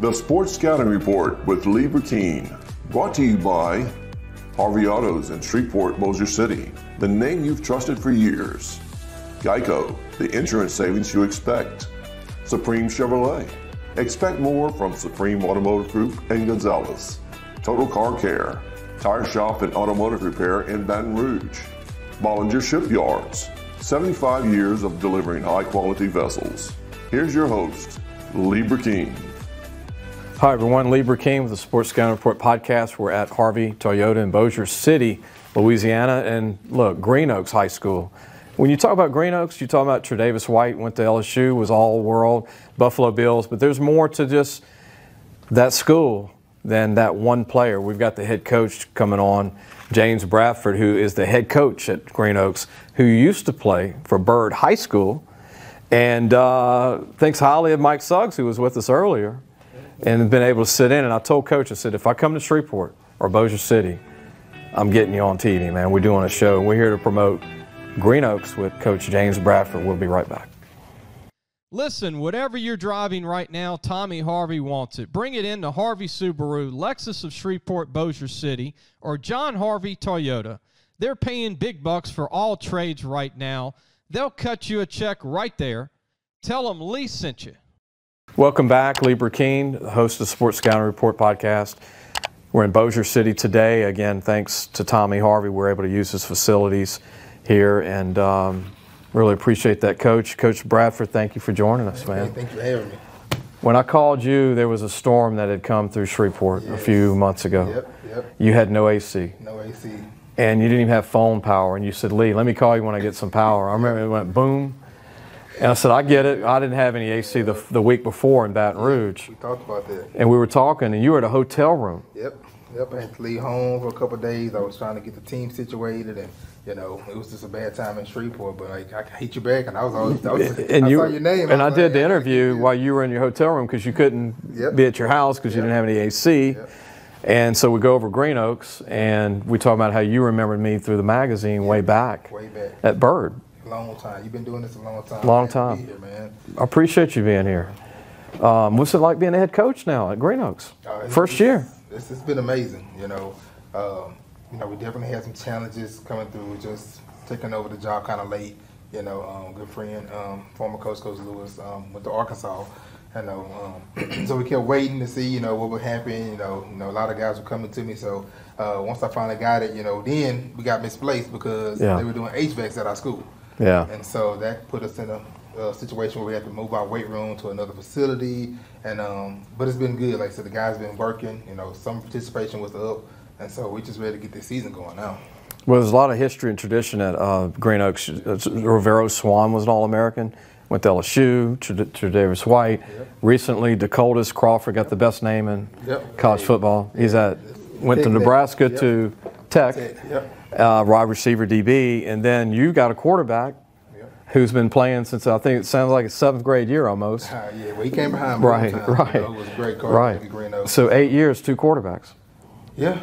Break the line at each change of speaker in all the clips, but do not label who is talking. The Sports Scouting Report with Lee Burkeen, brought to you by Harvey Autos in Shreveport, Bossier City, the name you've trusted for years. Geico, the insurance savings you expect. Supreme Chevrolet, expect more from Supreme Automotive Group and Gonzalez. Total Car Care, tire shop and automotive repair in Baton Rouge. Bollinger Shipyards, 75 years of delivering high quality vessels. Here's your host, Lee Burkeen.
Hi, everyone. Lee King with the Sports Scouting Report podcast. We're at Harvey Toyota in Bossier City, Louisiana. And look, Green Oaks High School. When you talk about Green Oaks, you talk about Tredavis White, went to LSU, was all world, Buffalo Bills. But there's more to just that school than that one player. We've got the head coach coming on, James Bradford, who is the head coach at Green Oaks, who used to play for Byrd High School and uh, thinks highly of Mike Suggs, who was with us earlier, and been able to sit in. And I told Coach, I said, if I come to Shreveport or Bossier City, I'm getting you on TV, man. We're doing a show, and we're here to promote Green Oaks with Coach James Bradford. We'll be right back.
Listen, whatever you're driving right now, Tommy Harvey wants it. Bring it in to Harvey Subaru, Lexus of Shreveport, Bossier City, or John Harvey Toyota. They're paying big bucks for all trades right now. They'll cut you a check right there. Tell them Lee sent you.
Welcome back, Lee Burkeen, host of the Sports Scouting Report podcast. We're in Bossier City today. Again, thanks to Tommy Harvey, we're able to use his facilities here, and um, really appreciate that, Coach. Coach Bradford, thank you for joining us, man.
Thank you for having me.
When I called you, there was a storm that had come through Shreveport a few months ago.
Yep, yep.
You had no AC,
No AC.
and you didn't even have phone power. And you said, Lee, let me call you when I get some power. I remember it went boom. And I said, I get it. I didn't have any AC the, the week before in Baton Rouge.
We talked about that.
And we were talking, and you were at a hotel room.
Yep, yep. I had to leave home for a couple of days. I was trying to get the team situated, and you know, it was just a bad time in Shreveport. But like, I can hit you back, and I was always, I was,
And
I
you,
saw your name,
And I,
was
did
like,
the
I-
interview while you were in your hotel room because you couldn't
Yep.
be at your house because you didn't have any AC. And so we go over Green Oaks, and we talk about how you remembered me through the magazine way back,
Way back.
at Bird.
Long time. You've been doing this a long time.
Long
Glad to be
time.
here, man.
I appreciate you being here. Um, what's it like being a head coach now at Green Oaks?
Uh, it's-
First
it's-
year.
It's, it's been amazing, you know. Um, you know, we definitely had some challenges coming through, just taking over the job kind of late. You know, um, good friend, um, former coach, Coach Lewis, um, went to Arkansas. You know, um, so we kept waiting to see, you know, what would happen. You know, you know, a lot of guys were coming to me. So uh, once I finally got it, you know, then we got misplaced because
Yeah.
they were doing HVACs at our school.
Yeah.
And so that put us in a, uh situation where we had to move our weight room to another facility. And um, but it's been good. Like I said, the guys been working. You know, some participation was up, and so we just ready to get this season going now.
Well, there's a lot of history and tradition at uh, Green Oaks. Uh, Rivero Swan was an All American, went to LSU, Tred- Tredavis White. Recently, Dakotas Crawford got the best name in
Yep.
college football. He's at, went to
Tech.
Nebraska
Yep.
to Tech,
Yep.
uh, wide receiver DB, and then you got a quarterback
Yep.
who's been playing since I think it sounds like it's seventh grade year almost.
Uh, yeah, well, he came behind. me
Right,
one time,
right.
You know, it was a great coach, Ricky Green
Right.
Oaks.
So eight years, two quarterbacks.
yeah.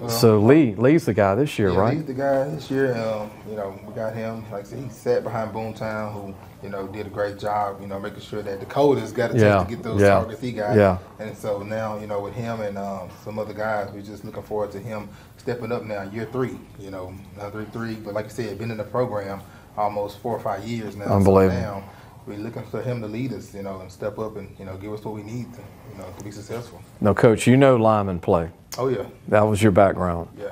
Well,
So Lee, Lee's the guy this year,
Uh-huh. Yeah,
right?
He's the guy this year. Um, you know, we got him. Like I said, he sat behind Boomtown, who you know did a great job. You know, making sure that Dakota's got a chance
Yeah,
to get those
yeah,
targets he got.
yeah.
And so now, you know, with him and um, some other guys, we're just looking forward to him stepping up now, year three. You know, now three three. But like I said, been in the program almost four or five years now. So
Unbelievable.
now we're looking for him to lead us, you know, and step up and you know give us what we need to, you know, to be successful.
No, coach, you know lineman play.
Oh yeah,
That was your background.
yeah.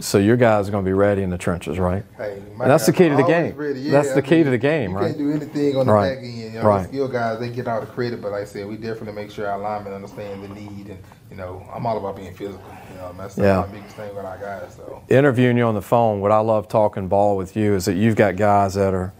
So your guys are going to be ready in the trenches, right?
Hey, my
And that's the
guys
key to the
always
game.
ready. Yeah,
that's the
I
key
mean,
to the game,
you
right?
can't do anything on the
Right.
back end. You know,
Right.
The skill guys, they get all the credit, but like I said, we definitely make sure our linemen understand the need. And, you know, I'm all about being physical. You know, and that's
Yeah.
my biggest thing with our guys. So,
Interviewing you on the phone, what I love talking ball with you is that you've got guys that are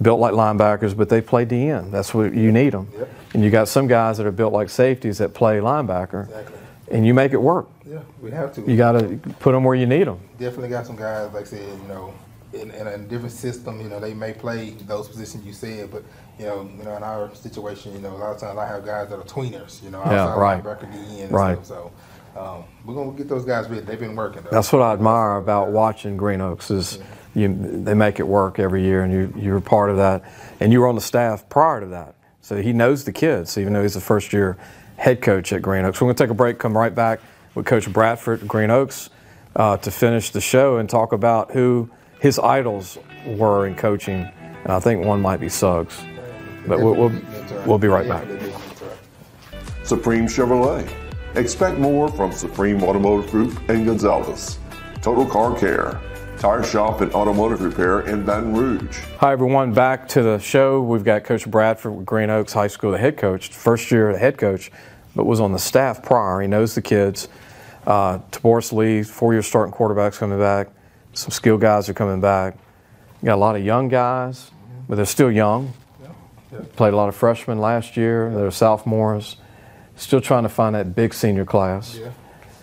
built like linebackers, but they play DN. That's what you need them.
Yep.
And you got some guys that are built like safeties that play linebacker,
Exactly.
and you make it work.
yeah, we have to.
You got to put them where you need them.
definitely got some guys, like I said, you know, in, in a different system, you know, they may play those positions you said, but you know, you know, in our situation, you know, a lot of times I have guys that are tweeners, you know,
Yeah,
outside
right.
linebacker, DN, and
Right.
Stuff, so um, we're gonna get those guys ready. They've been working. Though.
That's what I admire about watching Green Oaks is you, they make it work every year, and you, you're a part of that. And you were on the staff prior to that, so he knows the kids, even though he's a first year head coach at Green Oaks. We're going to take a break, come right back with Coach Bradford at Green Oaks uh, to finish the show and talk about who his idols were in coaching. And I think one might be Suggs. But we'll, we'll, we'll be right back.
Supreme Chevrolet. Expect more from Supreme Automotive Group and Gonzalez. Total Car Care. Tire Shop and Automotive Repair in Baton Rouge.
Hi, everyone. Back to the show. We've got Coach Bradford with Green Oaks High School, the head coach, first year the head coach, but was on the staff prior. He knows the kids. Uh, Taboris Lee, four year starting quarterback's coming back. Some skill guys are coming back. You got a lot of young guys, but they're still young. Played a lot of freshmen last year. They're sophomores. Still trying to find that big senior class,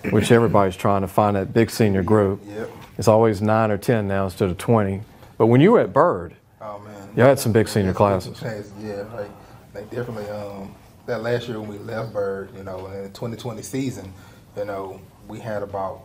which everybody's trying to find that big senior group.
Yep.
It's always nine or 10 now instead of 20. But when you were at Bird,
Oh man.
you had some big senior
There's some
classes.
chances, Yeah, like, like definitely. Um, that last year when we left Bird, you know, in the 2020 season, you know, we had about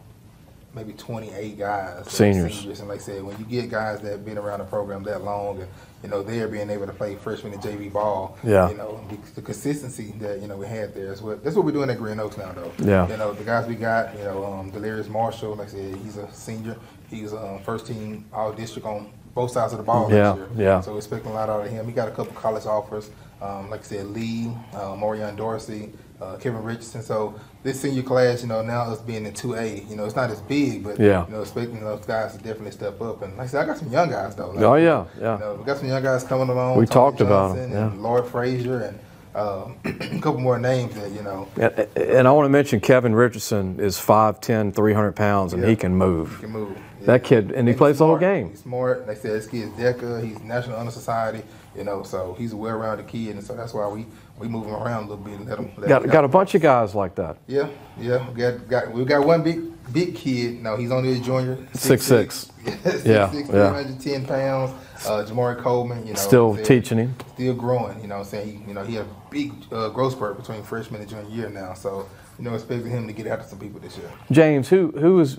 maybe 28 guys that were
Seniors.
And like I said, when you get guys that have been around the program that long, and you know, they're being able to play freshman and JV ball.
Yeah.
You know, the, the consistency that you know we had there is what that's what we're doing at Green Oaks now, though.
Yeah.
You know, the guys we got, you know, um, Delirious Marshall, like I said, he's a senior. He's um, first team all district on both sides of the ball
Yeah,
last year.
yeah.
Oh, So we're expecting a lot out of him. He got a couple college offers. Um, like I said, Lee, uh, Morion Dorsey, uh, Kevin Richardson. So this senior class, you know, now us being in 2A, you know, it's not as big, but,
Yeah.
you know, expecting those guys to definitely step up. And like I said, I got some young guys, though. Like,
Oh, yeah, yeah.
You know, we got some young guys coming along.
We
Tony
talked about 'em,
Johnson
yeah.
And Lord Frazier and um, a couple more names that, you know,
And, and I want to mention Kevin Richardson is 5'10, 300 pounds, and he
Yeah.
can move.
can move.
That kid- and he
he's
plays the whole
smart.
game.
He's smart. They said this kid's DECA. He's National Honor Society. You know, so he's a well-rounded kid, and so that's why we we move him around a little bit and let him. Let
Got,
him
got a bunch of guys like that.
Yeah, yeah. We got got we got one big big kid. No, he's only a junior.
Six, six. Yeah, yeah.
310 pounds. Uh, Jamari Coleman. You know,
Still
said-
teaching him.
Still growing. You know, what I'm saying He- you know he had a big uh, growth spurt between freshman and junior year now. So you know, expecting him to get after some people this year.
James, who who was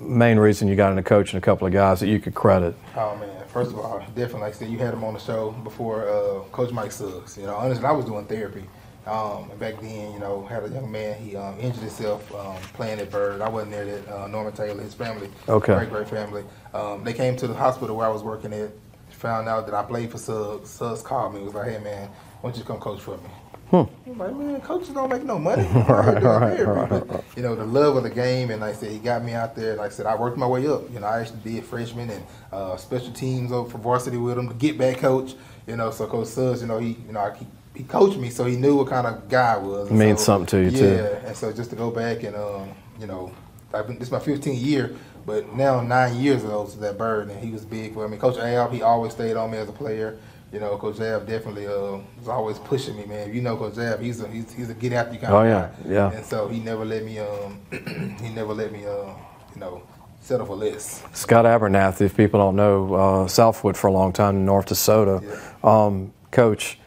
main reason you got into coaching a couple of guys that you could credit?
Oh man! First of all, definitely, like I said, you had him on the show before, uh, Coach Mike Suggs. You know, honestly, I was doing therapy. Um, and back then, you know, had a young man. He um, injured himself um, playing at Bird. I wasn't there. That uh, Norman Taylor, his family,
Okay.
great great family. Um, they came to the hospital where I was working at. Found out that I played for Suggs. Suggs called me. Was like, "Hey man, why don't you come coach for me?" I'm like, man, coaches don't make no money. I'm out here doing therapy. But, you know, the love of the game, and like I said, he got me out there. Like I said, I worked my way up. You know, I actually did freshman and uh, special teams over for varsity with him. The get back coach, you know, so Coach Suggs, you know, he, you know, I, he, he coached me, so he knew what kind of guy I was. And
Means
so-
something to you, too.
Yeah, and so just to go back and, um, you know, I've been, this is my 15th year, but now nine years ago to that bird, and he was big for me. Coach Ab, he always stayed on me as a player. You know, Coach Ab definitely uh, was always pushing me, man. You know, Coach Ab, he's a he's, he's a get after you kind
Oh,
of
yeah,
guy.
yeah.
And so he never let me um he never let me um you know settle for less.
Scott Abernathy, if people don't know, uh, Southwood for a long time, North DeSoto. Um, coach,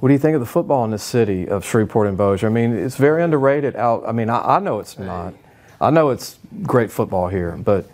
what do you think of the football in the city of Shreveport and Bossier? I mean, it's very underrated out. I mean, I, I know it's not. I know it's great football here, but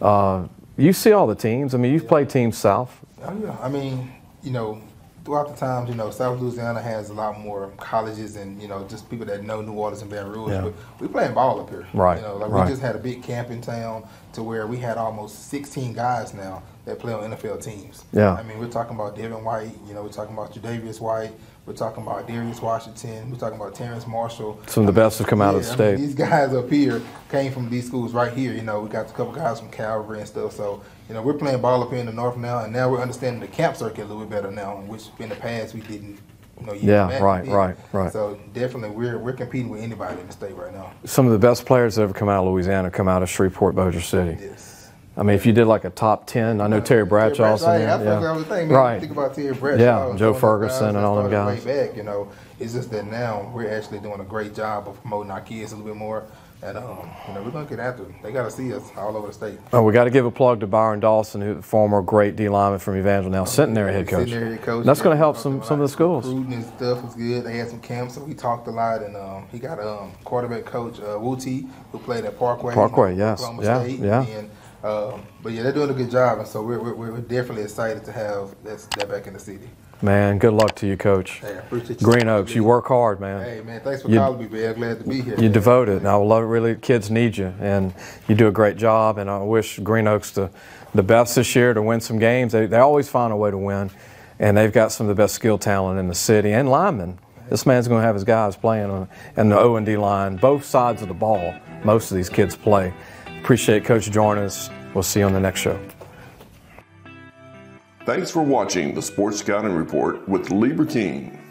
uh, you see all the teams. I mean, you've played teams south.
Oh, yeah. I mean, you know, throughout the times, you know, South Louisiana has a lot more colleges and, you know, just people that know New Orleans and Baton Rouge.
Yeah.
But we playing ball up here.
Right,
You know, like
right.
we just had a big camp in town to where we had almost 16 guys now that play on NFL teams.
Yeah.
I mean, we're talking about Devin White, you know, we're talking about Jadavius White, we're talking about Darius Washington, we're talking about Terrence Marshall.
Some of the best have come out of the
Yeah, I
state.
mean, these guys up here came from these schools right here. You know, we got a couple guys from Calvary and stuff. So, you know, we're playing ball up here in the north now, and now we're understanding the camp circuit a little bit better now, which in the past we didn't. You know, years
Yeah,
back,
right,
we
right,
didn't.
right.
So definitely, we're we're competing with anybody in the state right now.
Some of the best players that ever come out of Louisiana come out of Shreveport, Bossier City.
Yes.
I mean, if you did like a top ten, I know Terry Bradshaw's in
Hey,
there.
I think
yeah.
I was thinking, man,
right.
Think about Terry Bradshaw.
Yeah,
and
Joe
some of those
Ferguson
guys
and all them
that started
guys.
Way back, you know, it's just that now we're actually doing a great job of promoting our kids a little bit more, and um, you know, we're gonna get after them. They gotta see us all over the state.
Oh, we got to give a plug to Byron Dawson, who former great D lineman from Evangel, now sitting there head coach.
Sitting there, head coach.
That's going to
Yeah,
help
talked
some
a
some of
lot.
the schools.
Recruiting and stuff was good. They had some camps, so we talked a lot. And um, he got um, quarterback coach uh, Wu T, who played at Parkway.
Parkway, yes.
Oklahoma
Yeah,
State.
yeah.
And, um, but yeah, they're doing a good job, and so we're, we're, we're definitely excited to have that, that back in the city.
Man, good luck to you, Coach.
Hey, I appreciate you.
Green Oaks, you work hard, man.
Hey man, thanks for
You-
calling me, man. Glad to be here.
You're devoted, and I love it. Really, kids need you, and you do a great job. And I wish Green Oaks the, the best this year to win some games. They, they always find a way to win, and they've got some of the best skill talent in the city and linemen. This man's going to have his guys playing on and the O and D line, both sides of the ball. Most of these kids play. Appreciate Coach joining us. We'll see you on the next show.
Thanks for watching the Sports Scouting Report with Lieber King.